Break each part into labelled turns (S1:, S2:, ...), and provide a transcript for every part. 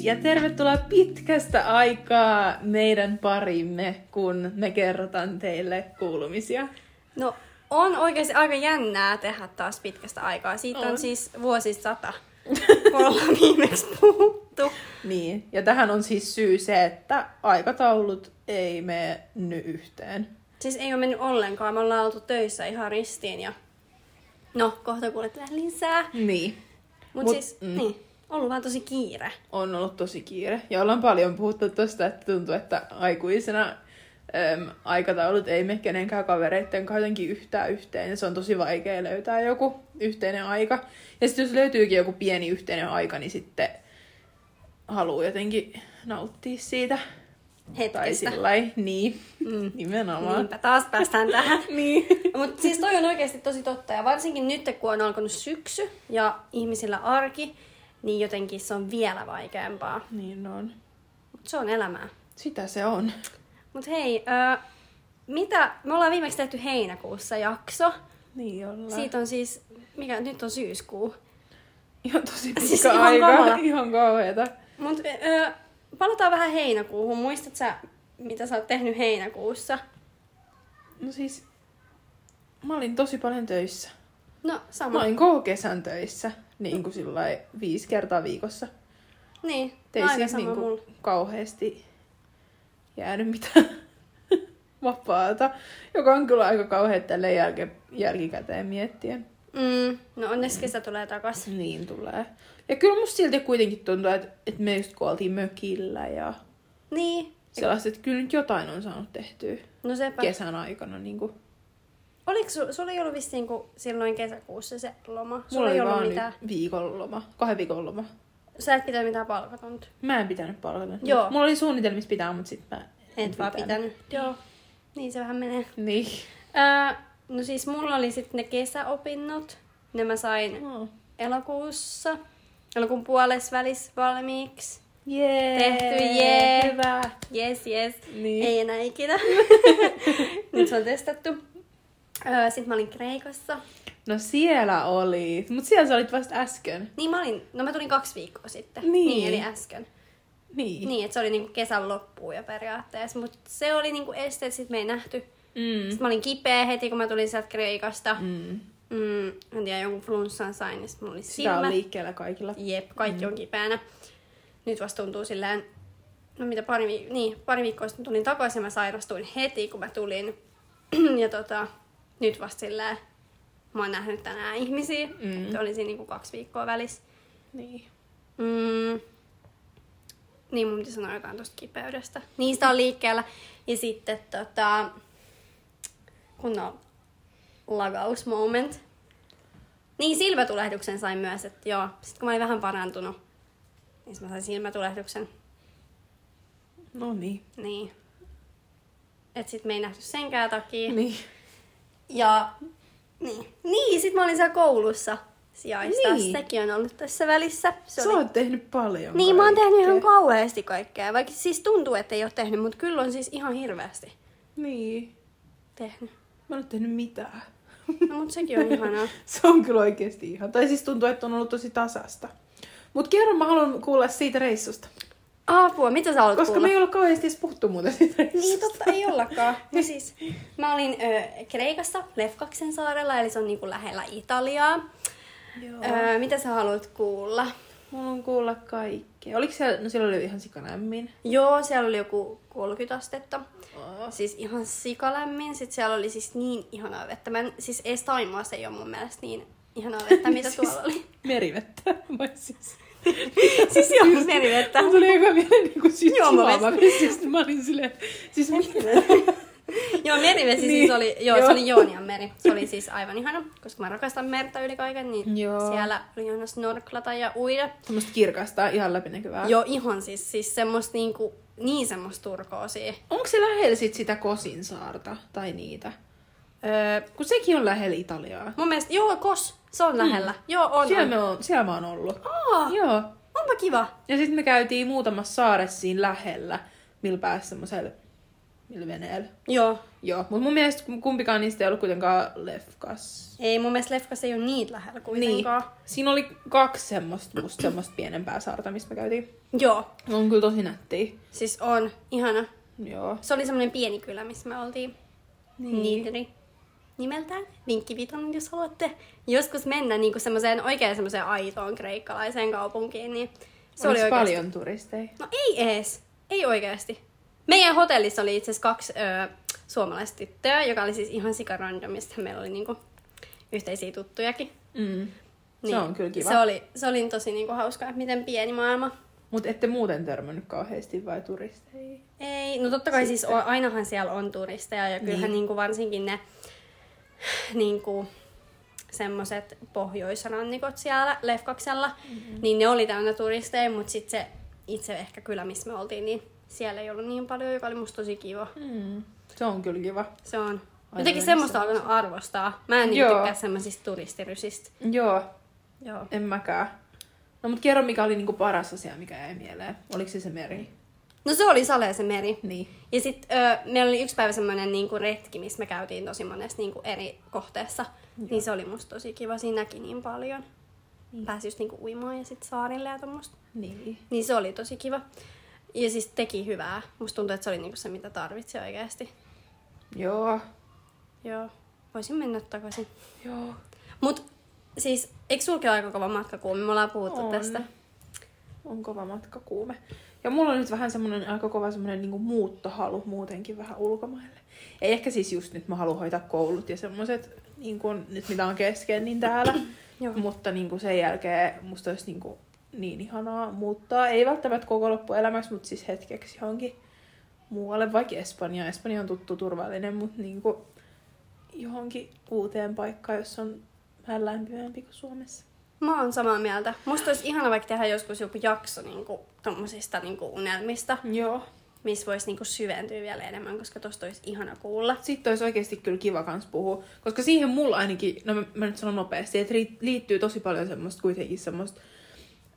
S1: ja tervetuloa pitkästä aikaa meidän parimme, kun me kerrotaan teille kuulumisia.
S2: No, on oikeasti aika jännää tehdä taas pitkästä aikaa. Siitä on,
S1: On.
S2: on siis vuosisata, kun ollaan viimeksi puhuttu.
S1: Niin, ja tähän on siis syy se, että aikataulut ei mene nyt yhteen.
S2: Siis ei ole mennyt ollenkaan. Me ollaan oltu töissä ihan ristiin ja... No, kohta kuulet vähän lisää.
S1: Niin.
S2: Mut,
S1: Mut-
S2: Mut siis,
S1: mm.
S2: mm. niin, ollut vaan tosi kiire.
S1: On ollut tosi kiire. Ja ollaan paljon puhuttu tosta, että tuntuu, että aikuisena äm, aikataulut ei mene kenenkään kavereitten kanssa jotenkin yhtään yhteen. Ja se on tosi vaikea löytää joku yhteinen aika. Ja sitten jos löytyykin joku pieni yhteinen aika, niin sitten haluaa jotenkin nauttia siitä. Tai
S2: Hetkestä.
S1: sillä niin. Mm. Nimenomaan.
S2: Niinpä taas päästään tähän.
S1: Niin.
S2: Mutta siis toi on oikeasti tosi totta. Ja varsinkin nyt, kun on alkanut syksy ja ihmisillä arki, niin jotenkin se on vielä vaikeampaa.
S1: Niin on.
S2: Mut se on elämää.
S1: Sitä se on.
S2: Mut hei, ö, mitä, me ollaan viimeksi tehty heinäkuussa jakso.
S1: Niin ollaan.
S2: Siitä on siis, mikä nyt on syyskuu.
S1: Ihan tosi pitkä
S2: Siis ihan
S1: aika.
S2: kamala.
S1: Ihan kauheeta.
S2: Mut ö, palataan vähän heinäkuuhun. Muistat sä, mitä sä oot tehnyt heinäkuussa?
S1: No siis, mä olin tosi paljon töissä.
S2: No,
S1: Mä
S2: sama.
S1: olin koko kesän töissä, niin kuin sillä lailla viisi kertaa viikossa.
S2: Niin,
S1: Tein
S2: no aika
S1: siis
S2: sama
S1: niin kuin
S2: mulla.
S1: kauheasti jäänyt mitään vapaata, joka on kyllä aika kauhea tälle jälke, jälkikäteen miettien.
S2: Mm, no onneksi kesä tulee takas.
S1: Niin tulee. Ja kyllä musta silti kuitenkin tuntuu, että, että me just kun oltiin mökillä ja
S2: Niin,
S1: sellaista, että kyllä nyt jotain on saanut tehtyä
S2: no sepä.
S1: kesän aikana. Niin kuin.
S2: Oliko su, sulla ei ollut vissiin kun silloin kesäkuussa se loma? Sulla
S1: Mulla oli
S2: ei ollut
S1: vaan
S2: mitään.
S1: nyt viikonloma, kahden viikonloma.
S2: Sä et pitänyt mitään palkatonta.
S1: Mä en pitänyt palkata.
S2: Joo.
S1: Mulla oli suunnitelmissa pitää, mutta sit mä en
S2: Et vaan pitänyt. Joo. Niin se vähän menee.
S1: Niin.
S2: Öö, no siis mulla oli sitten ne kesäopinnot. Ne mä sain
S1: Oh.
S2: elokuussa. Elokuun puolessa välissä valmiiksi.
S1: Jee.
S2: Tehty, jee.
S1: Hyvä.
S2: Yes, yes.
S1: Niin.
S2: Ei enää ikinä. Nyt se on testattu. Öö, sitten mä olin Kreikassa.
S1: No siellä oli. Mut siellä sä olit vasta äsken.
S2: Niin mä olin, no mä tulin kaksi viikkoa sitten.
S1: Niin.
S2: niin eli äsken.
S1: Niin.
S2: Niin, että se oli niinku kesän loppuun jo periaatteessa, mutta se oli niinku este, että sit me ei nähty. Mm.
S1: Mm.
S2: Sitten mä olin kipeä heti, kun mä tulin sieltä Kreikasta. Mm.
S1: Mm.
S2: Mm, en tiedä, joku flunssan sain, niin sit mulla oli
S1: Sitä on
S2: silmä.
S1: liikkeellä kaikilla.
S2: Jep, kaikki mm. on kipeänä. Nyt vasta tuntuu silleen, no mitä pari, vi- niin, pari viikkoa sitten tulin takaisin, mä sairastuin heti, kun mä tulin. ja tota, nyt vasta silleen, mä oon nähnyt tänään ihmisiä.
S1: Mm.
S2: Mm. Oli siinä niinku kaksi viikkoa välissä.
S1: Niin.
S2: Mm. Niin, mun piti sanoa jotain tuosta kipeydestä. Niistä on liikkeellä. Ja sitten tota, kun on lagaus moment. Niin, silmätulehduksen sain myös, että joo. Sitten kun mä olin vähän parantunut, niin sit mä sain silmätulehduksen.
S1: No niin.
S2: Niin. Et sit me ei nähty senkään takia.
S1: Niin.
S2: Ja niin. Niin, sit mä olin siellä koulussa sijaista.
S1: Niin.
S2: Niin. Sekin on ollut tässä välissä.
S1: Sä
S2: oli
S1: oot tehnyt paljon
S2: Niin, mä oon tehnyt ihan
S1: kaikkea.
S2: kauheasti kaikkea. Vaikka siis tuntuu, että ei ole tehnyt, mutta kyllä on siis ihan hirveästi
S1: Niin.
S2: tehnyt.
S1: Mä en oo tehnyt mitään.
S2: No, mutta sekin on ihanaa.
S1: Se on kyllä oikeesti ihan. Tai siis tuntuu, että on ollut tosi tasasta. Mut kerro, mä haluan kuulla siitä reissusta.
S2: Apua, mitä sä olet
S1: Koska
S2: kuullut?
S1: me ei olla kauheasti edes puhuttu muuten siitä reissusta.
S2: Niin totta, ei ollakaan. No siis, mä olin ö, Kreikassa, Lefkaksen saarella, eli se on niinku lähellä Italiaa.
S1: Joo.
S2: Ö, mitä sä haluat kuulla?
S1: Mulla on kuulla kaikkea. Oliko siellä, no siellä oli ihan sikalämmin.
S2: Joo, siellä oli joku 30 astetta.
S1: Oh.
S2: Siis ihan sikalämmin. Sitten siellä oli siis niin ihanaa vettä. Mä en, siis ees Taimaassa ei ole mun mielestä niin ihanaa vettä, mitä tuolla oli.
S1: Siis Merivettä, vai siis?
S2: siis joo, merivettä.
S1: Mulla tuli eka mieleen niinku siis
S2: Joo, mä
S1: juoma vesistä. Mä olin silleen, siis mitä?
S2: Joo, merivesi
S1: Niin.
S2: niin. siis oli, joo,
S1: Joo.
S2: se oli Joonian meri. Se oli siis aivan ihana, koska mä rakastan merta yli kaiken, niin
S1: Joo.
S2: siellä oli ihana snorklata ja uida.
S1: Semmosta kirkasta, ihan läpinäkyvää.
S2: Joo, ihan siis, siis semmoista niinku, niin semmoista turkoosia.
S1: Onko se lähellä sit sitä Kosin saarta tai niitä? Öö, kun sekin on lähellä Italiaa.
S2: Mun mielestä, joo, kos, se on lähellä. Joo, on.
S1: Siellä,
S2: on.
S1: me on, siellä mä oon ollut.
S2: Aa,
S1: Joo.
S2: onpa kiva.
S1: Ja sitten me käytiin muutamassa saaressa siinä lähellä, millä pääsi semmoisella, millä veneellä.
S2: Joo.
S1: Joo, mutta mun mielestä kumpikaan niistä ei ollut kuitenkaan lefkas.
S2: Ei, mun mielestä lefkas ei ole niin lähellä kuitenkaan. Niin.
S1: Siinä oli kaksi semmoista, musta semmoista pienempää saarta, mistä me käytiin.
S2: Joo,
S1: Ne On kyllä tosi nättiä.
S2: siis on. Ihana.
S1: Joo.
S2: Se oli semmoinen pieni kylä, missä me oltiin.
S1: Niin.
S2: Niiteri nimeltään. Vinkki vitonen, jos haluatte joskus mennä niin semmoiseen oikein semmoiseen aitoon kreikkalaiseen kaupunkiin, niin se
S1: Oliks
S2: oli oikeasti...
S1: paljon turisteja.
S2: No ei ees. Ei oikeasti. Meidän hotellissa oli itse asiassa kaksi öö, suomalaista tyttöä, joka oli siis ihan sikarandomista. Meillä oli niinku yhteisiä tuttujakin. Niin,
S1: Mm. Se on kyllä kiva.
S2: Se oli, se oli tosi niinku hauskaa, että miten pieni maailma.
S1: Mut ette muuten törmännyt kauheasti vai turisteihin?
S2: Ei, no totta kai siis on, ainahan siellä on turisteja ja kyllähän niin.
S1: Niin.
S2: niinku varsinkin ne niinku, semmoiset pohjoisrannikot siellä Lefkaksella, mm-hmm. niin ne oli täynnä turisteja, mutta sitten se itse ehkä kyllä, missä me oltiin, niin siellä ei ollut niin paljon, joka oli musta tosi kiva.
S1: Mm. Se on kyllä kiva.
S2: Se on. Jotenkin
S1: Aivan
S2: semmoista on alkanut arvostaa. Mä en niin
S1: Joo.
S2: tykkää semmoisista turistirysistä.
S1: Joo,
S2: Joo.
S1: en mäkään. No mut kerro mikä oli niinku paras asia, mikä jäi mieleen. Oliko se se meri?
S2: No se oli salee se meri.
S1: Niin.
S2: Ja sitten öö, meillä oli yksi päivä semmoinen niinku retki, missä me käytiin tosi monessa niinku eri kohteessa. Joo. Niin se oli musta tosi kiva, siinä näki niin paljon. Niin. Pääsi just niinku uimaan ja sitten saarille ja tommoista.
S1: Niin.
S2: Niin se oli tosi kiva. Ja siis teki hyvää. Musta tuntuu, että se oli niinku se, mitä tarvitsi oikeasti.
S1: Joo.
S2: Joo. Voisin mennä takaisin.
S1: Joo.
S2: Mut siis, eikö sulke aika kova matka, kun me ollaan puhuttu
S1: On.
S2: tästä?
S1: On kova matka kuume. Ja mulla on nyt vähän semmonen aika kova semmonen niinku muuttohalu muutenkin vähän ulkomaille. Ei ehkä siis just nyt mä haluan hoitaa koulut ja semmoset, niinku, nyt mitä on kesken, niin täällä.
S2: Joo.
S1: Mutta niinku sen jälkeen musta olisi niinku niin ihanaa muuttaa. Ei välttämättä koko loppuelämäksi, mutta siis hetkeksi johonkin muualle, vaikka Espanjaan. Espanja on tuttu turvallinen, mutta niinku johonkin uuteen paikkaan, jos on vähän lämpimämpi kuin Suomessa.
S2: Mä oon samaa mieltä. Musta olisi ihana vaikka tehdä joskus joku jakso niinku, tommosista niinku unelmista,
S1: Joo.
S2: missä voisi niinku syventyä vielä enemmän, koska tosta olisi ihana kuulla.
S1: Sitten olisi oikeasti kyllä kiva kans puhua, koska siihen mulla ainakin, no mä, mä nyt sanon nopeasti, että ri- liittyy tosi paljon semmoista kuitenkin semmoista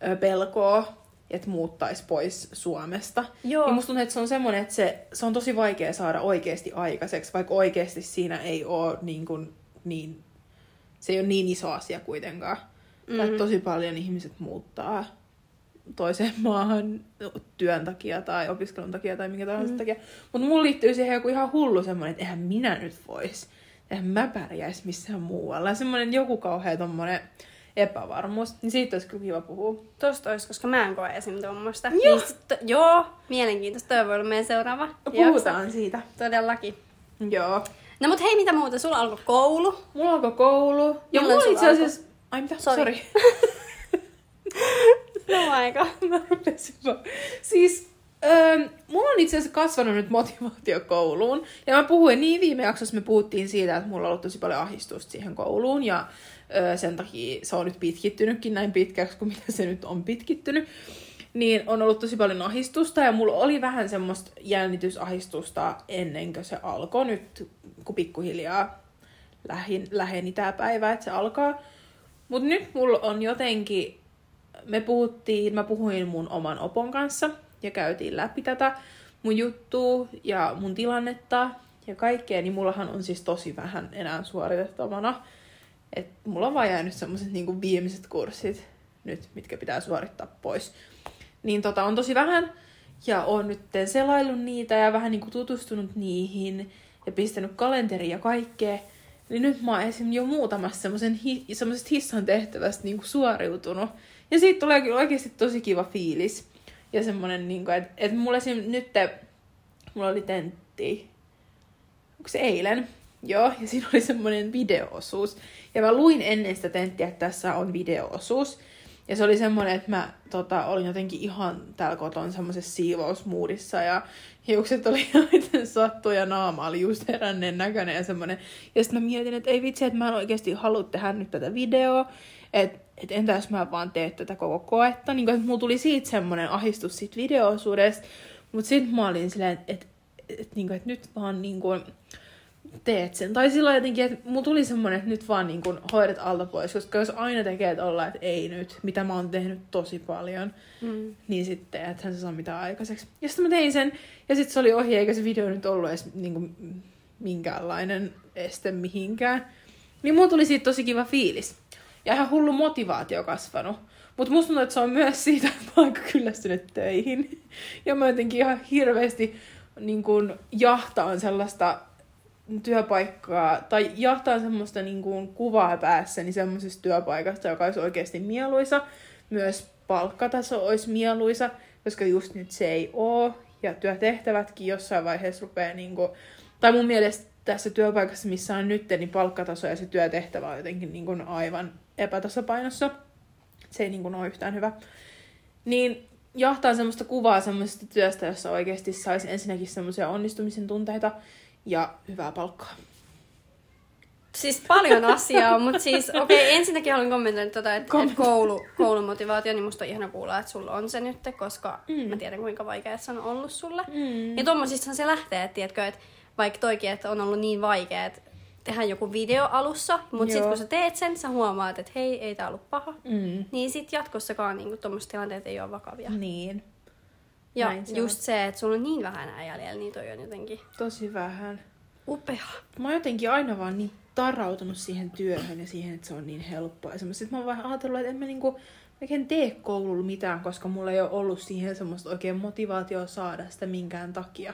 S1: ö, pelkoa, että muuttaisi pois Suomesta.
S2: Joo.
S1: Ja musta tuntuu, että se on semmoinen, että se, se on tosi vaikea saada oikeasti aikaiseksi, vaikka oikeasti siinä ei ole niin, kuin, niin se ei ole niin iso asia kuitenkaan. Mm-hmm. Tai tosi paljon ihmiset muuttaa toiseen maahan työn takia tai opiskelun takia tai minkä tahansa mm. takia. Mutta mulla liittyy siihen joku ihan hullu semmoinen, että eihän minä nyt vois. Eihän mä pärjäis missään muualla. Semmoinen joku kauhea tommonen epävarmuus. Niin siitä olisi kyllä kiva puhua.
S2: Tosta olisi, koska mä en koe esim. tuommoista. Joo. Niin sit, joo, mielenkiintoista. Toi voi olla meidän seuraava jakso.
S1: No, Puhutaan siitä.
S2: Todellakin.
S1: Joo.
S2: No mut hei, mitä muuta? Sulla alkoi koulu.
S1: Mulla alkoi koulu. Ja
S2: Milloin
S1: mulla
S2: sulla
S1: itse asiassa... Ai mitä?
S2: Sori.
S1: Sori.
S2: No aika.
S1: Mä rupesin vaan. Siis öö, mulla on itse asiassa kasvanut nyt motivaatio kouluun. Ja mä puhuin niin viime jaksossa, me puhuttiin siitä, että mulla on ollut tosi paljon ahdistusta siihen kouluun. Ja öö, sen takia se on nyt pitkittynytkin näin pitkäksi kuin mitä se nyt on pitkittynyt. Niin on ollut tosi paljon ahdistusta ja mulla oli vähän semmoista jännitysahdistusta ennen kuin se alkoi nyt, kun pikkuhiljaa lähin, läheni tämä päivä, että se alkaa. Mutta nyt mulla on jotenkin me puhuttiin, mä puhuin mun oman opon kanssa ja käytiin läpi tätä mun juttua ja mun tilannetta ja kaikkea, niin mullahan on siis tosi vähän enää suoritettavana. Et mulla on vaan jäänyt semmoset niinku viimeiset kurssit nyt, mitkä pitää suorittaa pois. Niin tota, on tosi vähän ja oon nyt selaillut niitä ja vähän niinku tutustunut niihin ja pistänyt kalenteriin ja kaikkea. Niin nyt mä oon esim. jo muutamassa semmoisen hi- semmoisesta hissan tehtävästä niinku suoriutunut. Ja siitä tulee kyllä oikeasti tosi kiva fiilis. Ja semmonen, niinku, että et mulla esim. nyt mulla oli tentti onko se eilen? Joo, ja siinä oli semmoinen videoosuus. Ja mä luin ennen sitä tenttiä, että tässä on videoosuus. Ja se oli semmoinen, että mä tota, olin jotenkin ihan täällä koton semmoisessa siivousmuudissa ja hiukset oli ihan miten sattuu ja naama oli just heränneen näköinen ja semmoinen. Ja sitten mä mietin, että ei vitsi, että mä en oikeasti halua tehdä nyt tätä videoa, että et entä jos mä vaan teen tätä koko koetta. Niin kun, että mulla tuli siitä semmoinen ahistus siitä videoosuudesta, mutta sitten mä olin silleen, että et, niinku, et nyt vaan niinku, teet sen. Tai sillä lailla jotenkin, että mulla tuli semmoinen, että nyt vaan niinku, hoidat alta pois, koska jos aina tekee olla, että ei nyt, mitä mä oon tehnyt tosi paljon,
S2: Mm.
S1: niin sitten ethän se saa mitään aikaiseksi. Ja sitten mä tein sen, ja sitten se oli ohi, eikä se video nyt ollut edes niinku, minkäänlainen este mihinkään. Niin mulla tuli siitä tosi kiva fiilis. Ja ihan hullu motivaatio kasvanut. Mutta musta tuntuu, että se on myös siitä, että mä oon aika kyllästynyt töihin. Ja mä jotenkin ihan hirveästi niin kun, jahtaan sellaista työpaikkaa, tai jahtaan semmoista niin kuin kuvaa päässäni semmoisesta työpaikasta, joka olisi oikeasti mieluisa. Myös palkkataso olisi mieluisa, koska just nyt se ei oo. Ja työtehtävätkin jossain vaiheessa rupeaa niin kuin, tai mun mielestä tässä työpaikassa, missä on nyt, niin palkkataso ja se työtehtävä on jotenkin niin kuin aivan epätasapainossa. Se ei niin kuin ole yhtään hyvä. Niin jahtaa semmoista kuvaa semmoisesta työstä, jossa oikeasti saisi ensinnäkin semmoisia onnistumisen tunteita ja hyvää palkkaa.
S2: Siis paljon asiaa, mutta siis okei, okay, ensinnäkin haluan kommentoida tuota, että et
S1: Kommentoida.
S2: koulu, koulumotivaatio, niin musta on ihana kuulla, että sulla on se nyt, koska mm. mä tiedän kuinka vaikea se on ollut sulle.
S1: Mm.
S2: Ja tommosistahan se lähtee, että tiedätkö, että vaikka toikin, että on ollut niin vaikea, että tehdä joku video alussa, mutta sitten
S1: Joo.
S2: kun sä teet sen, sä huomaat, että hei, ei tää ollut paha.
S1: Mm.
S2: Niin sitten jatkossakaan niin tuommoiset tilanteet ei ole vakavia.
S1: Niin.
S2: Ja
S1: Näin se on.
S2: just se, että sulla on niin vähän enää jäljellä, niin toi on jotenkin
S1: Tosi vähän.
S2: upea.
S1: Mä oon jotenkin aina vaan niin tarautunut siihen työhön ja siihen, että se on niin helppoa. Ja semmoista, että mä oon vähän ajatellut, että en mä niinku oikein tee koululla mitään, koska mulla ei ole ollut siihen semmoista oikein motivaatiota saada sitä minkään takia.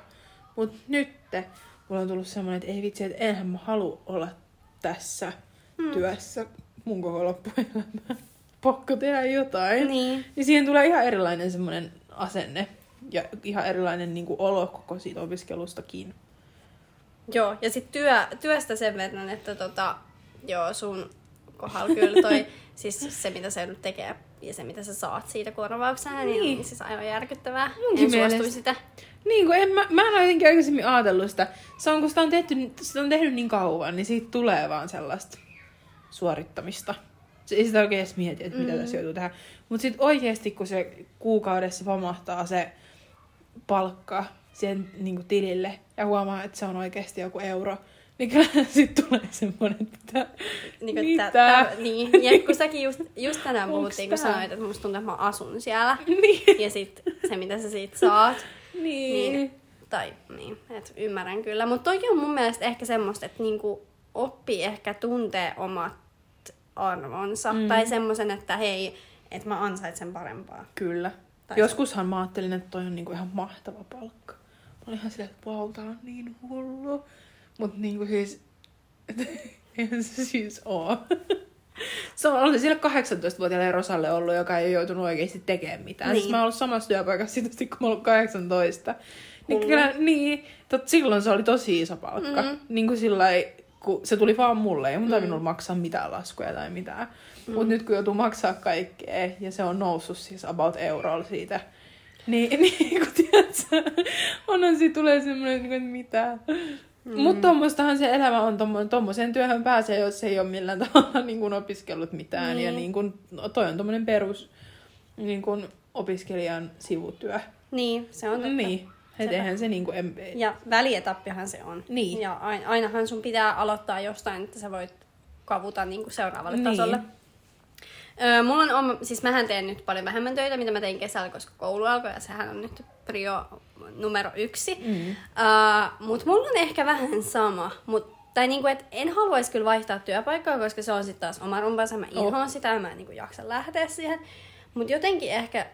S1: Mut nyt mulla on tullut semmoinen, että ei vitsi, että enhän mä halua olla tässä hmm. työssä mun koko loppuelämä. Pakko tehdä jotain.
S2: Niin.
S1: Niin siihen tulee ihan erilainen semmoinen asenne ja ihan erilainen niinku olo koko siitä opiskelustakin.
S2: Joo, ja sitten työ, työstä sen verran, että tota, joo, sun kohdalla kyllä toi, siis se mitä sä nyt tekee ja se mitä sä saat siitä korvauksena, niin, niin
S1: Niin.
S2: on siis aivan järkyttävää.
S1: Munkin
S2: en suostuisi
S1: mielestä.
S2: sitä.
S1: Niin kuin en mä, mä en ole jotenkin aikaisemmin ajatellut sitä. Se on, kun sitä on, tehty, sitä on tehnyt niin kauan, niin siitä tulee vaan sellaista suorittamista. Se ei sitä oikein edes mieti, että mitä mm. tässä joutuu tehdä. Mutta sitten oikeasti, kun se kuukaudessa pamahtaa se palkka siihen niin kuin tilille ja huomaa, että se on oikeasti joku euro, niin kyllä sitten tulee semmoinen, että
S2: Niin,
S1: mitä?
S2: kuin tä- tä- niin. Ja kun säkin just, just tänään
S1: Onks
S2: puhuttiin, kun
S1: tää?
S2: sanoit, että musta tuntuu, että mä asun siellä.
S1: niin.
S2: Ja sit se, mitä sä siitä saat.
S1: niin.
S2: Niin, tai niin, että ymmärrän kyllä. Mutta toki on mun mielestä ehkä semmoista, että niinku oppii ehkä tuntee omat arvonsa. Mm. Tai semmoisen, että hei, että mä ansaitsen parempaa.
S1: Kyllä.
S2: Tai
S1: Tai Joskushan mä ajattelin, että toi on niinku ihan mahtava palkka. Mä olin ihan silleen, että vau, tää on niin hullu. Mut niinku siis... Eihän se siis oo. Se on ollut sille 18-vuotiaalle Rosalle ollut, joka ei ole joutunut oikeasti tekemään mitään. Niin.
S2: Niin.
S1: Siis mä oon ollut samassa työpaikassa siitä, asti, kun mä oon ollut 18. Niin kyllä, niin. Tot, silloin se oli tosi iso palkka.
S2: Mm.
S1: Mm. Niin kuin sillä lailla, kun se tuli vaan mulle, ei mun tarvinnut maksaa mitään laskuja tai mitään. Mm. Mutta nyt kun joutuu maksaa kaikkea, ja se on noussut siis about eurolla siitä, niin, niin kun tiedätkö, onhan siitä tulee semmoinen, niinku, että mitä. Mm. Mutta tuommoistahan se elämä on, tommo- tommoseen työhön pääsee, jos ei ole millään tavalla niin kun opiskellut mitään. Ja
S2: Niin.
S1: niin kun, no, toi on tommonen perus niin kun opiskelijan sivutyö.
S2: Niin, se on totta.
S1: Niin, et
S2: Sepä.
S1: eihän se niinku... En,
S2: Ja välietappihan se on.
S1: Niin.
S2: Ja ain- ainahan sun pitää aloittaa jostain, että sä voit kavuta niinku seuraavalle
S1: Niin.
S2: tasolle. Öö, mulla on, oma- siis mähän teen nyt paljon vähemmän töitä, mitä mä tein kesällä, koska koulu alkoi ja sehän on nyt prio numero yksi. Mm. Öö, mutta mulla on ehkä vähän sama, mut, tai niinku, et en haluaisi kyllä vaihtaa työpaikkaa, koska se on sitten taas oma rumpansa, mä
S1: Oh.
S2: inhoan sitä ja mä en niinku jaksa lähteä siihen. Mutta jotenkin ehkä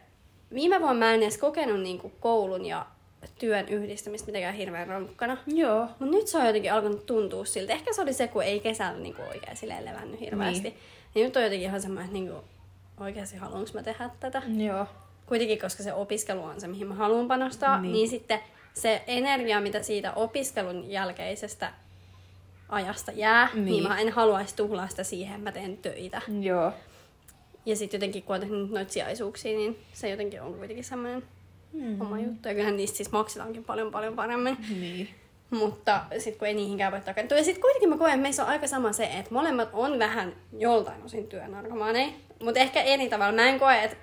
S2: viime vuonna mä en edes kokenut niinku koulun ja työn yhdistämistä mitenkään hirveän rankkana.
S1: joo.
S2: Mutta nyt se on jotenkin alkanut tuntua siltä. Ehkä se oli se, kun ei kesällä niinku oikein silleen levännyt hirveästi. Niin.
S1: Niin.
S2: niin nyt on jotenkin ihan semmoinen, että niinku, oikeasti haluanko mä tehdä tätä.
S1: Joo.
S2: Kuitenkin, koska se opiskelu on se, mihin mä haluan panostaa, niin,
S1: Niin.
S2: niin sitten se energia, mitä siitä opiskelun jälkeisestä ajasta jää, niin, niin
S1: Niin.
S2: mä en haluaisi tuhlaa sitä siihen, mä teen töitä.
S1: Joo.
S2: Ja sitten jotenkin, kun on tehnyt noita sijaisuuksia, niin se jotenkin on kuitenkin semmoinen mm. oma juttu. Ja kyllähän niistä siis maksetaankin paljon paljon paremmin.
S1: Niin.
S2: Mutta sitten kun ei niihinkään voi takantua. Ja sitten kuitenkin mä koen, että meissä on aika sama se, että molemmat on vähän joltain osin työnarkomaaneja. Mutta ehkä eri tavalla. Mä en koe, että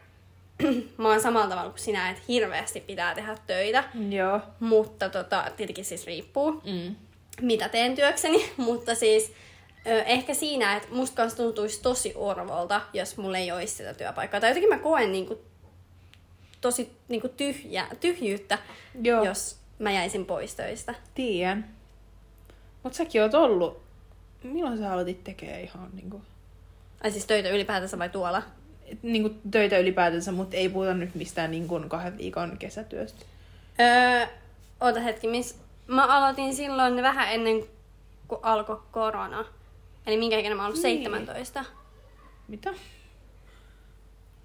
S2: mä oon samalla tavalla kuin sinä, että hirveästi pitää tehdä töitä.
S1: Joo.
S2: Mutta tota, tietenkin siis riippuu
S1: Mm.
S2: mitä teen työkseni, mutta siis ö, ehkä siinä, että musta kanssa tuntuisi tosi orvolta, jos mulla ei olisi sitä työpaikkaa. Tai jotenkin mä koen niinku, tosi niinku tyhjä, tyhjyyttä,
S1: Joo.
S2: jos mä jäisin pois töistä.
S1: Tiedän. Mut säkin oot ollut, milloin sä aloitit tekee ihan niinku,
S2: Ai siis töitä ylipäätänsä vai tuolla?
S1: et niinku töitä ylipäätänsä, mutta ei puhuta nyt mistään niinku kahden viikon kesätyöstä.
S2: Öö, oota hetki, miss... Mä aloitin silloin vähän ennen kuin alkoi korona. Eli minkä ikinä mä oon ollut?
S1: Niin.
S2: 17.
S1: Mitä?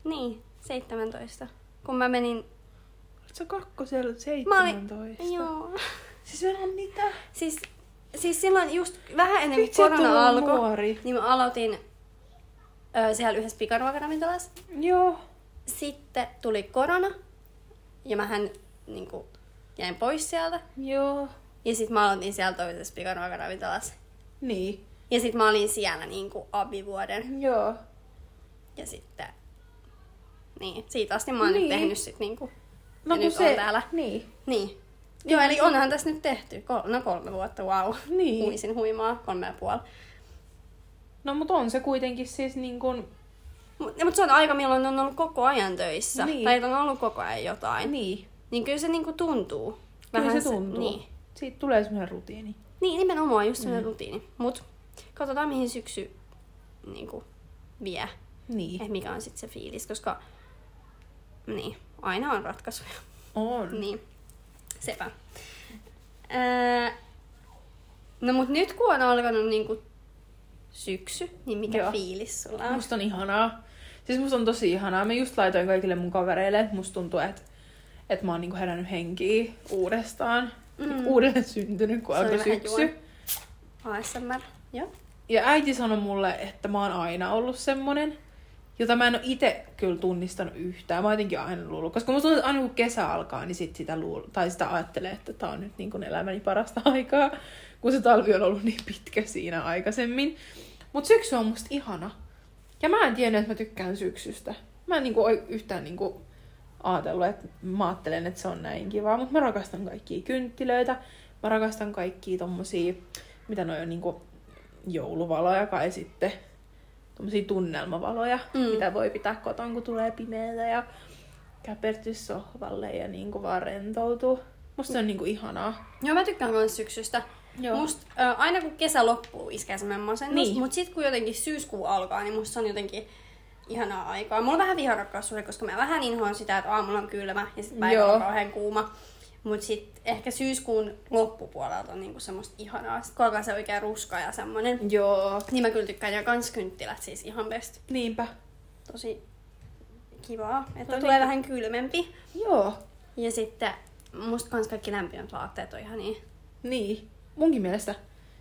S2: Niin, 17. Kun mä menin...
S1: Olet sä kakkosella
S2: Mä olin...
S1: 17?
S2: Joo.
S1: Siis vähän mitä?
S2: Siis, siis silloin just vähän ennen kuin
S1: Vitsi, et ollut
S2: korona alkoi,
S1: nuori.
S2: niin mä aloitin öö, siellä yhdessä pikaruokaravintolassa.
S1: Joo.
S2: Sitten tuli korona ja mähän niin kuin, jäin pois sieltä.
S1: Joo.
S2: Ja sitten mä aloitin siellä toisessa pikaruokaravintolassa.
S1: Niin.
S2: Ja sitten mä olin siellä niin kuin abivuoden.
S1: Joo.
S2: Ja sitten... Niin, siitä asti mä oon
S1: Niin.
S2: nyt tehnyt sit niinku...
S1: No
S2: ja
S1: kun
S2: nyt
S1: se...
S2: on täällä.
S1: Niin.
S2: Niin. Joo, eli onhan tässä nyt tehty. Kol- no kolme vuotta, wow.
S1: Niin.
S2: Huisin huimaa, kolme ja puoli.
S1: No mut on se kuitenkin siis niin kun...
S2: Mutta mut se on aika, milloin on ollut koko ajan töissä.
S1: Niin.
S2: Tai että on ollut koko ajan jotain. Niin,
S1: Niin.
S2: niin kyllä se niinku tuntuu.
S1: Vähän se tuntuu.
S2: Niin.
S1: Siitä tulee semmoinen rutiini.
S2: niin, nimenomaan just
S1: Mm.
S2: semmoinen rutiini. Mut katsotaan, mihin syksy niinku vie.
S1: Niin.
S2: Et mikä on sitten se fiilis, koska... Niin, aina on ratkaisuja.
S1: On.
S2: Niin, sepä. Ää, no mut nyt kun on alkanut niinku syksy, niin mikä
S1: Joo.
S2: Joo. fiilis sulla on?
S1: Musta on ihanaa. Siis musta on tosi ihanaa. Mä just laitoin kaikille mun kavereille, että musta tuntuu, että että mä oon niinku herännyt henkiin uudestaan. Mm. Uudelleen syntynyt, kun
S2: Se oli
S1: alkoi
S2: vähän
S1: syksy.
S2: juon. ASMR. Joo.
S1: Ja äiti sanoi mulle, että mä oon aina ollut semmonen, jota mä en oo itse kyllä tunnistanut yhtään. Mä oon jotenkin aina luullut, koska musta tuntuu, että aina kun kesä alkaa, niin sit sitä luul, tai sitä ajattelee, että tää on nyt niin kuin elämäni parasta aikaa, kun se talvi on ollut niin pitkä siinä aikaisemmin. Mut syksy on musta ihana. Ja mä en tiennyt, että mä tykkään syksystä. Mä en niinku oi- yhtään niinku ajatellut, että mä ajattelen, että se on näin kivaa, mutta mä rakastan kaikkia kynttilöitä, mä rakastan kaikkia tommosia, mitä noi on niinku jouluvaloja kai sitten, tommosia tunnelmavaloja, mm.
S2: Mm.
S1: mitä voi pitää kotona, kun tulee pimeätä ja käpertyä sohvalle ja niinku vaan rentoutua. Musta se on niinku ihanaa.
S2: Joo, mä tykkään myös syksystä.
S1: Joo.
S2: Joo. Must, ö, aina kun kesä loppuu, iskee semmoinen masennus.
S1: Niin.
S2: Niin. Mut sit kun jotenkin syyskuu alkaa, niin musta se on jotenkin ihanaa aikaa. Mulla on vähän viharakkaussuhde, koska mä vähän inhoan sitä, että aamulla on kylmä ja sit päivä
S1: Joo.
S2: on kauhean kuuma. Mut sit ehkä syyskuun loppupuolelta on niinku semmoista ihanaa. Sit kun alkaa se oikea ruska ja semmonen.
S1: Joo.
S2: Niin mä kyllä tykkään ja kans kynttilät siis ihan best.
S1: Niinpä.
S2: Tosi kivaa. Että
S1: No
S2: tulee
S1: niin.
S2: vähän kylmempi.
S1: Joo.
S2: Ja sitten musta kans kaikki lämpimät vaatteet on ihan niin.
S1: Niin, munkin mielestä.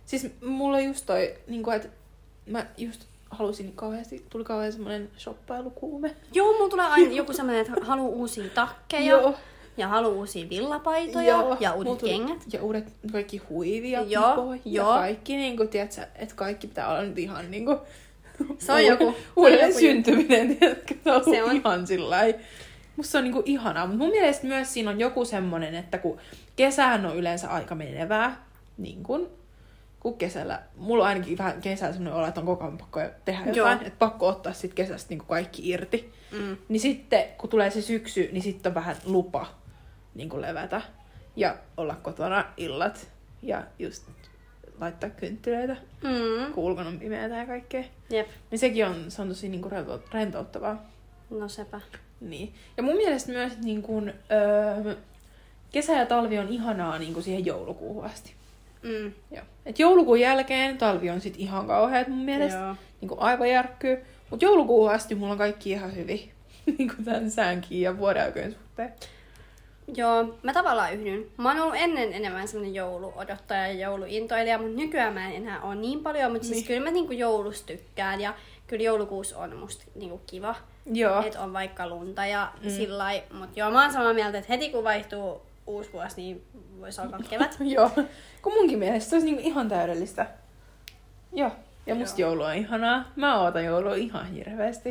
S1: Siis mulla on just toi, niin kuin, että mä just halusin kauheasti, tuli kauhean semmoinen shoppailukuume.
S2: Joo, mulla tulee aina joku semmoinen, että haluaa uusia takkeja
S1: Joo.
S2: ja haluaa uusia villapaitoja ja
S1: mulla
S2: uudet
S1: tuli-
S2: kengät.
S1: Ja uudet kaikki huivia,
S2: Joo,
S1: ja
S2: joo.
S1: kaikki, niin kuin, tiedätkö, että kaikki pitää olla nyt ihan niin kuin,
S2: Se on joku- se on
S1: Uudelleen
S2: joku
S1: syntyminen, tiedätkö, se on,
S2: Se
S1: se
S2: on.
S1: on. ihan sillä lailla. Musta se on niinku ihanaa, mutta mun mielestä myös siinä on joku semmonen, että kun kesähän on yleensä aika menevää, niin kun, kun kesällä, mulla on ainakin vähän kesällä semmoinen olo, että on koko ajan pakko tehdä
S2: Joo.
S1: jotain, että pakko ottaa sit kesästä niinku kaikki irti.
S2: Mm.
S1: Niin sitten, kun tulee se syksy, niin sitten on vähän lupa niin kuin levätä ja olla kotona illat ja just laittaa kynttilöitä,
S2: Mm.
S1: kun ulkona on pimeätä ja kaikkea.
S2: Jep,
S1: Niin sekin on, se on tosi niin kuin rentouttavaa.
S2: no sepä.
S1: Niin. Ja mun mielestä myös niin kuin, öö, kesä ja talvi on ihanaa niin kuin siihen joulukuuhun asti.
S2: Mm.
S1: Joo. Et joulukuun jälkeen talvi on sit ihan kauheat mun mielestä.
S2: Joo.
S1: Niin kuin aivan järkkyy. Mutta joulukuuhun asti mulla on kaikki ihan hyvin. niin kuin tämän säänkin ja vuoden aikojen suhteen.
S2: Joo, mä tavallaan yhdyn. Mä oon ollut ennen enemmän semmoinen jouluodottaja ja jouluintoilija, mutta nykyään mä en enää ole niin paljon, mutta siis
S1: Niin.
S2: kyllä mä niinku joulusta tykkään ja kyllä joulukuusi on musta niinku kiva.
S1: Joo.
S2: Että on vaikka lunta ja mm. sillä lailla. Mutta joo, mä oon samaa mieltä, että heti kun vaihtuu uusi vuosi, niin voisi alkaa kevät.
S1: Joo. Kun munkin mielestä se olisi niinku ihan täydellistä. Joo. Ja musta joulu on ihanaa. Mä ootan joulua ihan hirveästi.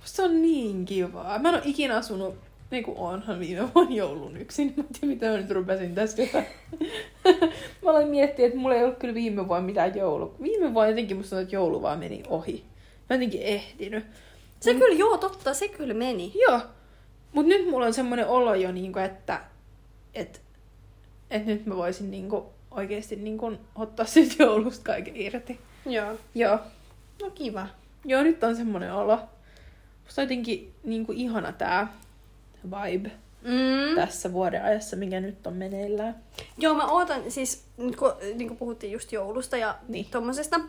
S1: Musta se on niin kivaa. Mä en oo ikinä asunut, niinku oonhan viime vuonna joulun yksin. Mä en tiedä, mitä mä nyt rupesin tässä jotain. mä aloin miettiä, että mulla ei ollut kyllä viime vuonna mitään joulu. Viime vuonna jotenkin musta tuntuu, että joulu vaan meni ohi. Mä en jotenkin ehtinyt.
S2: Se mm. kyllä, joo, totta, se kyllä meni.
S1: Joo. Mut nyt mulla on semmoinen olo jo, niinku, että et, et nyt mä voisin niinku oikeasti niin kun, ottaa siitä joulusta kaiken irti.
S2: Joo.
S1: Joo.
S2: No kiva.
S1: Joo, nyt on semmoinen olo. Musta on jotenkin niin kuin ihana tää vibe
S2: Mm.
S1: tässä vuoden ajassa, mikä nyt on meneillään.
S2: Joo, mä ootan siis, nyt kun, niin kun puhuttiin just joulusta ja
S1: Niin.
S2: niin. tommosesta,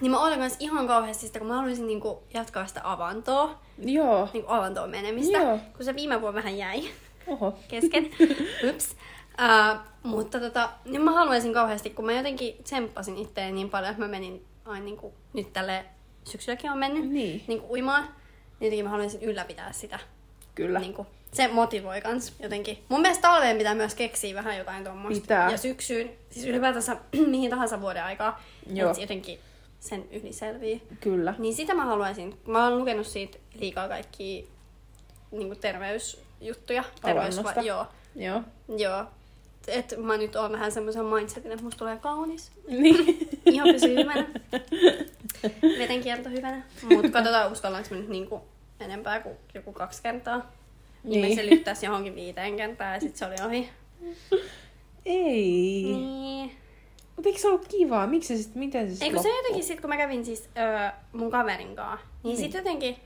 S2: niin mä ootan myös ihan kauheasti sitä, kun mä haluaisin niin kuin, jatkaa sitä avantoa,
S1: Joo.
S2: niin kuin avantoon menemistä,
S1: Joo.
S2: kun se viime vuonna vähän jäi
S1: Oho.
S2: kesken. Ups. Uh, mutta tota, niin mä haluaisin kauheasti, kun mä jotenkin tsemppasin itteen niin paljon, että mä menin aina niin kuin, nyt tälle syksylläkin on mennyt
S1: Niin.
S2: niin kuin uimaan, niin jotenkin mä haluaisin ylläpitää sitä.
S1: Kyllä.
S2: Niin kuin, se motivoi kans jotenkin. Mun mielestä talveen pitää myös keksiä vähän jotain tuommoista.
S1: Pitää.
S2: Ja syksyyn, siis ylipäätänsä mihin tahansa vuoden aikaa,
S1: Joo.
S2: että jotenkin sen yli selvii.
S1: Kyllä.
S2: Niin sitä mä haluaisin. Mä oon lukenut siitä liikaa kaikkia niin kuin terveysjuttuja.
S1: Avannosta.
S2: joo.
S1: Joo.
S2: joo. Et mä nyt oon vähän semmoisen mindsetin, että musta tulee kaunis.
S1: Niin.
S2: Ihan pysyy hyvänä. Vetenkierto hyvänä. Mut katsotaan uskallanko mä nyt niinku enempää kuin joku kaksi kertaa. Niin.
S1: Niin.
S2: Me sellyttäis johonkin viiteen kertaan ja sit se oli ohi.
S1: Ei. Niin.
S2: Niin.
S1: Mutta eikö se ollut kivaa? Miksi se sitten, miten se sit
S2: Eikö se
S1: loppui?
S2: jotenkin sit kun mä kävin siis öö, mun kaverin kanssa, niin,
S1: Niin.
S2: sit jotenkin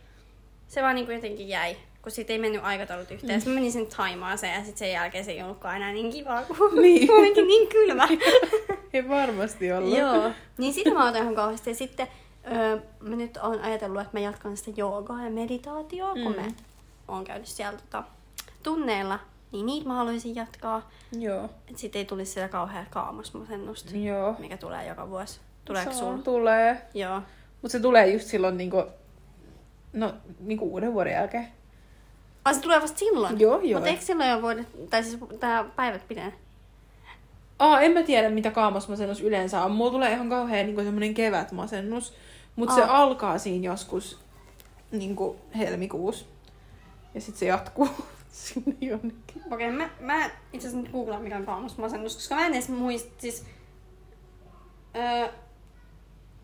S2: se vaan niinku jotenkin jäi. Kun sit ei mennyt aikataulut yhteen. Mm. Mä menin sen taimaaseen ja sit sen jälkeen se ei ollutkaan enää niin kivaa, kun
S1: Niin.
S2: niin. kuitenkin niin kylmä.
S1: Ei varmasti ollut.
S2: Joo. Niin sitä mä otan ihan kauheasti. Ja sitten öö, mä nyt oon ajatellut, että mä jatkan sitä joogaa ja meditaatioa, mm. kun
S1: Mm.
S2: mä oon käynyt siellä tota, tunneilla. Niin niitä mä haluaisin jatkaa.
S1: Joo.
S2: Että sit ei tulisi sitä kauheaa kaamosmasennusta,
S1: Joo.
S2: mikä tulee joka vuosi. Tuleeko
S1: Se on-
S2: sulla?
S1: Tulee.
S2: Joo.
S1: Mutta se tulee just silloin niinku, no, niinku uuden vuoden jälkeen.
S2: Ai Ah, se tulee vasta silloin?
S1: Joo, joo.
S2: Mutta eikö silloin jo voida, tai siis tää päivät pidene?
S1: Aa, en mä tiedä mitä kaamosmasennus yleensä on. Mulla tulee ihan kauhean niinku semmonen kevätmasennus. Mutta se
S2: Aa.
S1: alkaa siinä joskus niinku helmikuussa. Ja sitten se jatkuu sinne jonnekin.
S2: Okei, mä, mä itse asiassa nyt googlaan mikä on kaamosmasennus, koska mä en edes muista, siis... Öö,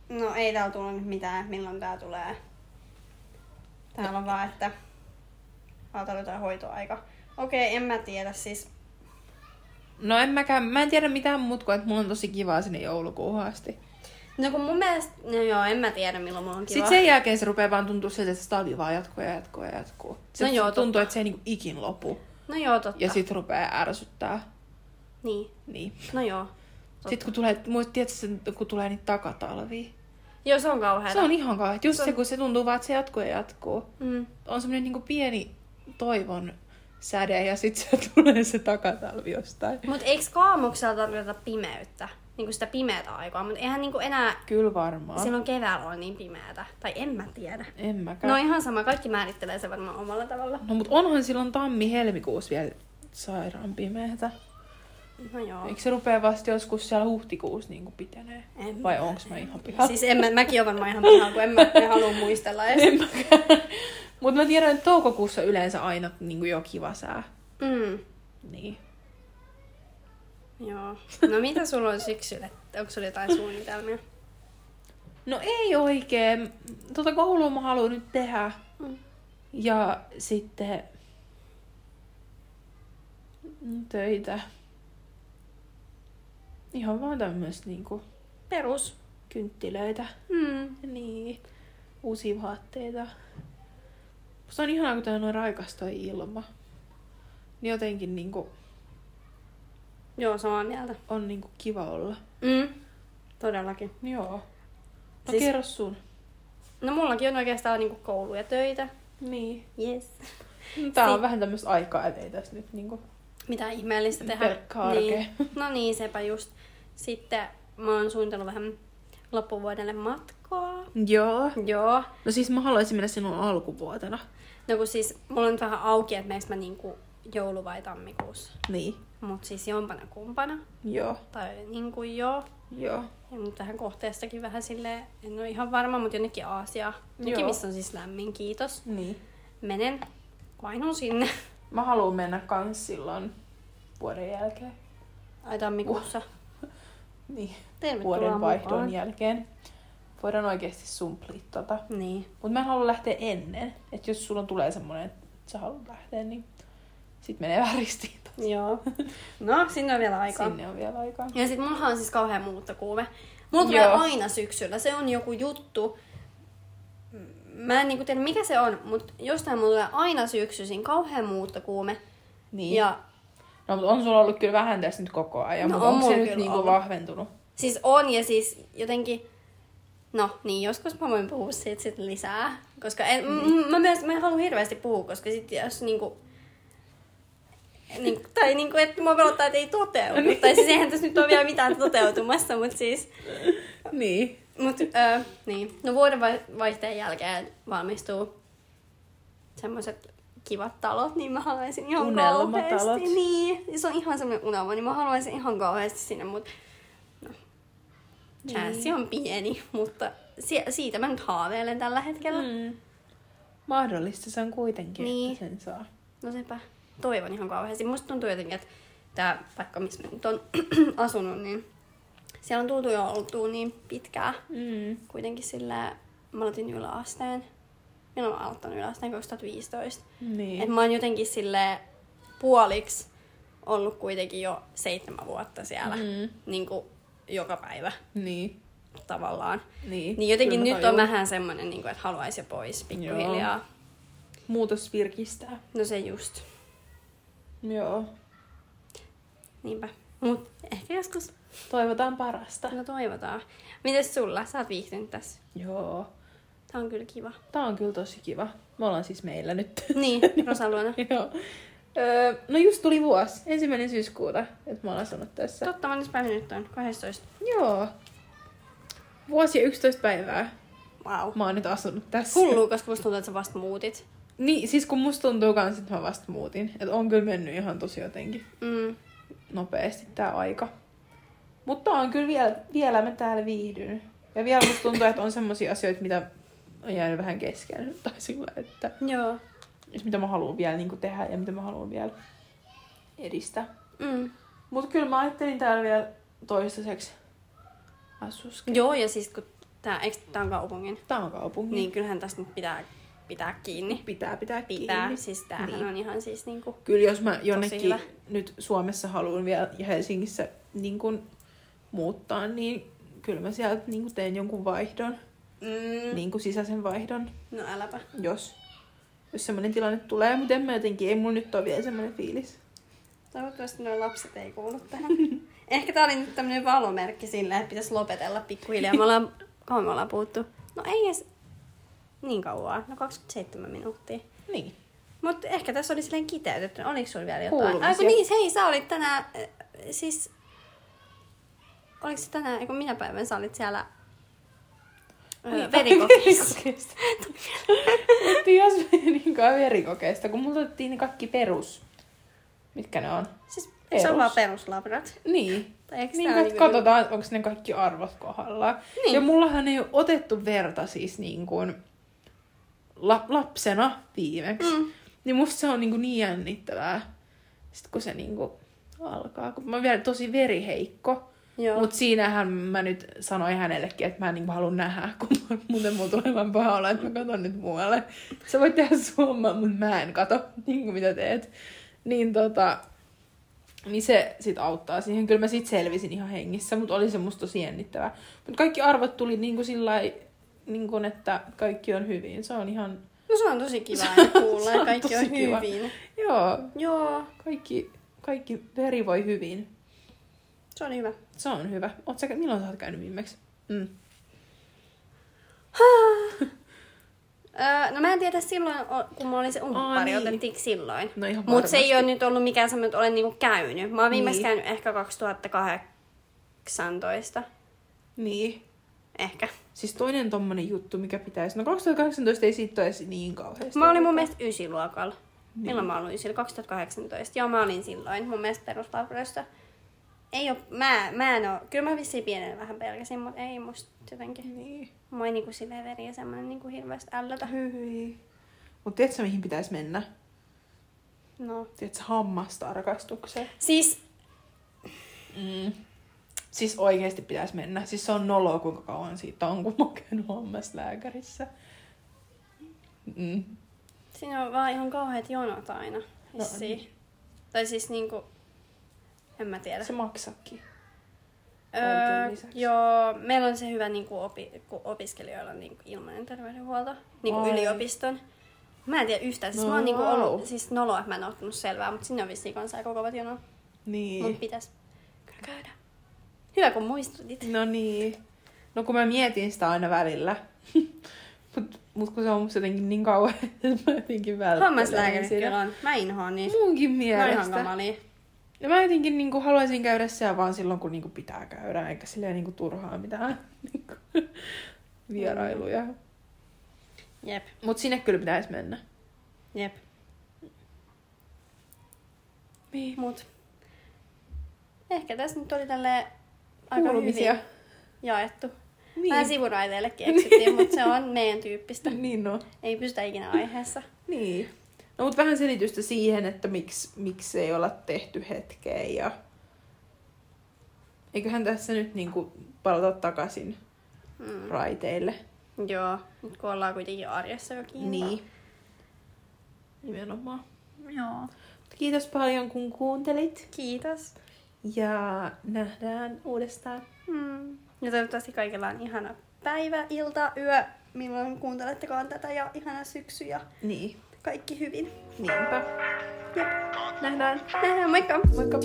S2: no ei täällä tullut nyt mitään, milloin tää tulee. Täällä on vaan, että... Täällä on jotain hoitoaika. Okei, en mä tiedä siis.
S1: No en mäkään, mä en tiedä mitään muut kuin, että mulla on tosi kivaa sinne joulukuuhun asti.
S2: No kun mun mielestä, no joo, en mä tiedä milloin mulla on kiva.
S1: Sitten sen jälkeen se rupeaa vaan tuntua siltä, että se talvi vaan jatkuu ja jatkuu ja jatkuu. Se
S2: No joo,
S1: tuntuu,
S2: totta.
S1: että se ei niinku ikin lopu.
S2: No joo, totta.
S1: Ja sitten rupeaa ärsyttää.
S2: Niin,
S1: Niin.
S2: no joo. Totta.
S1: Sitten kun tulee, muist, tiedätkö, sen, kun tulee niitä takatalvia.
S2: Joo, se on kauheeta.
S1: Se on ihan kauhea. Just
S2: Se
S1: se,
S2: on-
S1: kun se tuntuu vaan, että se jatkuu ja jatkuu.
S2: Mm.
S1: On semmoinen niinku pieni toivon säde ja sitten se tulee se takatalvi jostain.
S2: Mut eiks kaamuksella tarkoita pimeyttä? Niinku sitä pimeätä aikaa, mut eihän niinku enää
S1: Kyllä varmaan. Silloin...
S2: silloin keväällä on niin pimeätä. Tai en mä tiedä.
S1: En mäkään.
S2: No ihan sama, kaikki määrittelee se varmaan omalla tavalla.
S1: No mut onhan silloin tammi-helmikuussa vielä sairaan pimeätä.
S2: No joo.
S1: Eikö se rupea vasta joskus siellä huhtikuussa niinku pitenee?
S2: En
S1: Vai onks mä ihan pihalla?
S2: Siis en mä, mäkin olen varmaan ihan pihalla, kun en mä, mä halua muistella edes.
S1: En mäkään. Mut mä tiedän, että toukokuussa yleensä aina niinku jo kiva sää.
S2: Mm.
S1: Niin.
S2: Joo. No mitä sulla on syksyllä? Onko sulla jotain suunnitelmia?
S1: No ei oikein. Tota koulua mä haluan nyt tehdä.
S2: Mm.
S1: Ja sitten mm, töitä. Ihan vaan tämmöistä niinku
S2: Perus.
S1: kynttilöitä.
S2: Mm.
S1: Niin. Uusia vaatteita. Musta on ihanaa, kun tää on noin raikas toi ilma. Niin jotenkin niinku,
S2: Joo, samaa mieltä.
S1: on niinku kiva olla.
S2: Mm. Todellakin.
S1: Joo. No
S2: Siis-
S1: kerro sun.
S2: No mullakin on oikeastaan niinku koulu ja töitä.
S1: Niin. Siis-
S2: Yes.
S1: No, Tää on
S2: Si-
S1: vähän tämmöistä aikaa, ettei tässä nyt niinku
S2: Mitä ihmeellistä tehdä.
S1: Pelkkä
S2: niin.
S1: arkea.
S2: No niin, sepä just. Sitten mä oon suunnitellut vähän loppuvuodelle matkaa.
S1: Joo.
S2: Joo.
S1: No siis mä haluaisin mennä sinun alkuvuotena.
S2: No kun siis, mulla on nyt vähän auki, että meneekö mä niinku joulu vai tammikuussa.
S1: Niin.
S2: Mut siis jompana kumpana.
S1: Joo.
S2: Tai niinku joo.
S1: Joo.
S2: Ja nyt tähän kohteestakin vähän silleen, en ole ihan varma, mutta jonnekin Aasiaa. Jonnekin,
S1: Joo.
S2: missä on siis lämmin, kiitos.
S1: Niin.
S2: Menen. Painun sinne.
S1: Mä haluan mennä kans silloin vuoden jälkeen.
S2: Ai tammikuussa.
S1: Niin.
S2: Tervetuloa
S1: Vuoden vaihdon
S2: mukaan.
S1: jälkeen. Voidaan oikeasti sumplia tota.
S2: Niin.
S1: Mut mä en halua lähteä ennen. Et jos sulla tulee semmonen, että sä haluat lähteä, niin Sitten menee vääristiin.
S2: Joo. No, sinne on vielä aikaa.
S1: Sinne on vielä aikaa.
S2: Ja sit mullahan on siis kauhean muuttokuume. Mulla tulee
S1: Joo.
S2: aina syksyllä, se on joku juttu. Mä en niinku tiedä mikä se on, mutta jostain mulla tulee aina syksyisin kauhean muuttokuume.
S1: Niin.
S2: Niin. Ja
S1: No, mutta on sulla ollut kyllä vähän tässä nyt koko ajan,
S2: No,
S1: mutta
S2: on
S1: onko se
S2: mulla
S1: nyt
S2: kyllä
S1: niinku
S2: ollut.
S1: vahventunut?
S2: siis on ja siis jotenkin... No niin, joskus mä voin puhua siitä sit lisää. Koska en,
S1: Niin.
S2: mm. mä, myös, mä en halua hirveästi puhua, koska sit jos niinku... Niin, tai niinku, että mua pelottaa, että ei toteudu.
S1: Niin.
S2: Tai siis eihän tässä nyt ole vielä mitään toteutumassa, mutta siis...
S1: Niin.
S2: Mut, öö, niin. No vuodenvaihteen jälkeen valmistuu semmoiset kivat talot, niin mä haluaisin ihan
S1: Unelmatalot.
S2: kauheasti. Niin, Ja se on ihan semmoinen unelma, niin mä haluaisin ihan kauheasti sinne, mutta no, chanssi on pieni, mutta si- siitä mä nyt haaveilen tällä hetkellä. Mm.
S1: Mm. Mahdollista se on kuitenkin, niin.
S2: Niin.
S1: että sen saa.
S2: No sepä, toivon ihan kauheasti. Musta tuntuu jotenkin, että tämä paikka, missä mä nyt on asunut, niin siellä on tultu jo oltua niin pitkään.
S1: Mm.
S2: kuitenkin sillä mä aloitin yläasteen. Minä olen aloittanut yläasteen 2015.
S1: Niin.
S2: Et mä oon jotenkin sille puoliksi ollut kuitenkin jo seitsemän vuotta siellä.
S1: Mm.
S2: Niin kuin joka päivä
S1: Niin.
S2: tavallaan.
S1: Niin.
S2: Niin jotenkin
S1: Kyllä mä
S2: nyt on
S1: tajun.
S2: vähän semmoinen, niin että haluaisi jo pois pikkuhiljaa. Joo.
S1: Muutos virkistää.
S2: No se just.
S1: Joo.
S2: Niinpä. Mut ehkä joskus.
S1: Toivotaan parasta.
S2: No toivotaan. Mites sulla? Sä oot viihtynyt tässä.
S1: Joo.
S2: Tää on kyllä kiva.
S1: Tää on kyllä tosi kiva. Me ollaan siis meillä nyt.
S2: Niin, Rosaluona.
S1: Joo. Öö, no just tuli vuosi, ensimmäinen syyskuuta, että mä oon asunut tässä.
S2: Totta, mones päivä nyt on? 12.
S1: Joo. Vuosi ja 11 päivää
S2: Wow.
S1: mä oon nyt asunut tässä.
S2: Hullu, koska musta tuntuu, että sä vasta muutit.
S1: Niin, siis kun musta tuntuu kans, että mä vasta muutin. Että on kyllä mennyt ihan tosi jotenkin
S2: Mm.
S1: nopeasti tää aika. Mutta on kyllä vielä, vielä mä täällä viihdyn. Ja vielä musta tuntuu, että on semmosia asioita, mitä on jäänyt vähän kesken. Tai sillä, että
S2: Joo.
S1: että mitä mä haluan vielä niin tehdä ja mitä mä haluan vielä edistää.
S2: Mm.
S1: Mutta kyllä mä ajattelin täällä vielä toistaiseksi asuskella.
S2: Joo, ja siis kun tää, eikö tää on kaupungin,
S1: Tää on kaupunki.
S2: niin kyllähän tästä nyt pitää pitää kiinni.
S1: Pitää pitää
S2: Pitää,
S1: kiinni.
S2: siis tämähän
S1: Niin.
S2: niin. on ihan siis niinku,
S1: Kyllä jos mä jonnekin
S2: hyvä.
S1: nyt Suomessa haluan vielä ja Helsingissä niin kun muuttaa, niin kyllä mä sieltä niin kun teen jonkun vaihdon, mm.
S2: mm.
S1: niin kun sisäisen vaihdon,
S2: no äläpä.
S1: jos, jos semmoinen tilanne tulee. Mutta en mä jotenkin, ei mulla nyt ole vielä semmoinen fiilis.
S2: Toivottavasti nuo lapset ei kuulu tähän. Ehkä tää oli nyt tämmönen valomerkki sillä, että pitäisi lopetella pikkuhiljaa. Me ollaan, kauan me ollaan puhuttu. No ei edes niin kauan, no 27 minuuttia.
S1: Niin.
S2: Mutta ehkä tässä oli silleen kiteytetty. Oliko sulla vielä jotain?
S1: Kuulumisia.
S2: Ai kun niin, hei, sä olit tänään, äh, siis... Oliko se tänään, eikö minä päivän sä olit siellä öö, verikokissa?
S1: Niin, verikokeista. Mutta jos niin verikokeista, kun mulla otettiin ne kaikki perus. Mitkä ne on?
S2: siis se
S1: Perus.
S2: on vaan peruslabrat.
S1: Niin.
S2: Tai eikö
S1: Niin,
S2: tää niinku-
S1: että katsotaan, onko ne kaikki arvot kohdallaan. Niin.
S2: Niin.
S1: Ja mullahan ei ole otettu verta siis niin kuin la- lapsena viimeksi.
S2: niinku-
S1: Mm. Niin musta se on niin, kuin niin jännittävää, sit kun se niin kuin alkaa. Kun mä oon vielä tosi veriheikko.
S2: Joo.
S1: Mutta siinähän mä nyt sanoin hänellekin, että mä en niinku haluan nähdä, kun mä- muuten mulla tulee vaan paha olla, että mä katon nyt muualle. Sä voit tehdä suomaa, mutta mä en kato, niinku mitä teet. Niin tota, niin se sit auttaa siihen. Kyllä mä sit selvisin ihan hengissä, mutta oli se musta tosi jännittävää. Mutta kaikki arvot tuli niinku sillä lailla, niinku, että kaikki on hyvin. Se on ihan,
S2: No se on tosi kiva, että kuulla
S1: Se
S2: ja
S1: on
S2: kaikki on
S1: tosi kiva.
S2: hyvin.
S1: joo,
S2: Joo,
S1: kaikki, kaikki veri voi hyvin.
S2: se oli hyvä.
S1: Se on hyvä. Oot sä, milloin sä oot käynyt viimeksi? Mm.
S2: Öö, no mä en tiedä silloin, o- kun mä olin se umppari,
S1: Aa, niin.
S2: otettiinko silloin?
S1: No ihan
S2: Mutta se ei
S1: varmasti.
S2: ole nyt ollut mikään semmoinen, että olen niinku käynyt. Mä oon viimeksi
S1: Niin.
S2: käynyt ehkä 2018.
S1: Niin.
S2: Ehkä.
S1: Siis toinen tommonen juttu, mikä pitäisi... No 2018 ei siitä ole edes niin kauheasti.
S2: Mä olin mun mielestä ysiluokalla. Niin. Milloin mä olin ysillä? 2018. Joo, mä olin silloin mun mielestä peruslaukoista. Ei oo, mä, mä en oo, kyllä mä vissiin pienenä vähän pelkäsin, mutta ei musta jotenkin.
S1: Niin.
S2: Mä oon niinku silleen veri ja semmonen niinku hirveästi ällötä.
S1: Hyi. Mut tiedätkö mihin pitäisi mennä?
S2: No.
S1: Tiedätkö hammastarkastukseen?
S2: Siis,
S1: Mm. Siis oikeesti pitäisi mennä. Siis se on noloa, kuinka kauan siitä on, kun mä oon käynyt hammaslääkärissä. Mm.
S2: siinä on vaan ihan kauheat jonot aina.
S1: No,
S2: Vissiin. Tai siis niinku, en mä tiedä.
S1: Se maksakin. valtion
S2: Öö,
S1: lisäksi.
S2: joo, meillä on se hyvä niin kuin opi, kun opiskelijoilla on niin kuin ilmainen terveydenhuolto, niin kuin
S1: Ai.
S2: yliopiston. Mä en tiedä yhtään, siis
S1: No
S2: no, mä oon niin kuin
S1: vau.
S2: ollut, siis noloa, että mä en ottanut selvää, mutta sinne on vissiin niinku kanssa aika kovat jono. Mun
S1: Niin.
S2: pitäis kyllä käydä. Hyvä, kun muistutit.
S1: No niin. No kun mä mietin sitä aina välillä. mut, mut kun se on musta jotenkin niin kauan, että mä jotenkin niin välttelen
S2: Hammaslääkärit
S1: sitä.
S2: kyllä on. Niin. Mä inhoan niitä.
S1: Munkin
S2: Ne on ihan
S1: mielestä.
S2: kamalia.
S1: Ja mä jotenkin niinku haluaisin käydä siellä vaan silloin, kun niinku pitää käydä, eikä silleen niinku turhaa mitään niinku vierailuja.
S2: Niin. Jep,
S1: Mut sinne kyllä pitäisi mennä.
S2: jep.
S1: Niin.
S2: Mut ehkä tässä nyt oli tälleen aika
S1: Kuulumisia.
S2: hyvin jaettu. Niin. Mm. Vähän
S1: Niin.
S2: sivuraiteillekin eksyttiin, mutta se on meidän tyyppistä.
S1: Niin no.
S2: Ei pysytä ikinä aiheessa.
S1: Niin. No mut vähän selitystä siihen, että miksi, miksi ei olla tehty hetkeen ja... Eiköhän tässä nyt niinku palata takaisin
S2: Mm.
S1: raiteille.
S2: Joo, nyt kun ollaan kuitenkin arjessa jo kiinni.
S1: Niin. Nimenomaan.
S2: Joo.
S1: Kiitos paljon kun kuuntelit
S2: Kiitos.
S1: ja nähdään uudestaan.
S2: Mm. Ja toivottavasti kaikilla on ihana päivä, ilta, yö, milloin kuuntelettekaan tätä ja ihana syksy ja
S1: Niin.
S2: kaikki hyvin.
S1: Niinpä.
S2: Jep.
S1: Nähdään.
S2: Nähdään, moikka!
S1: Moikka.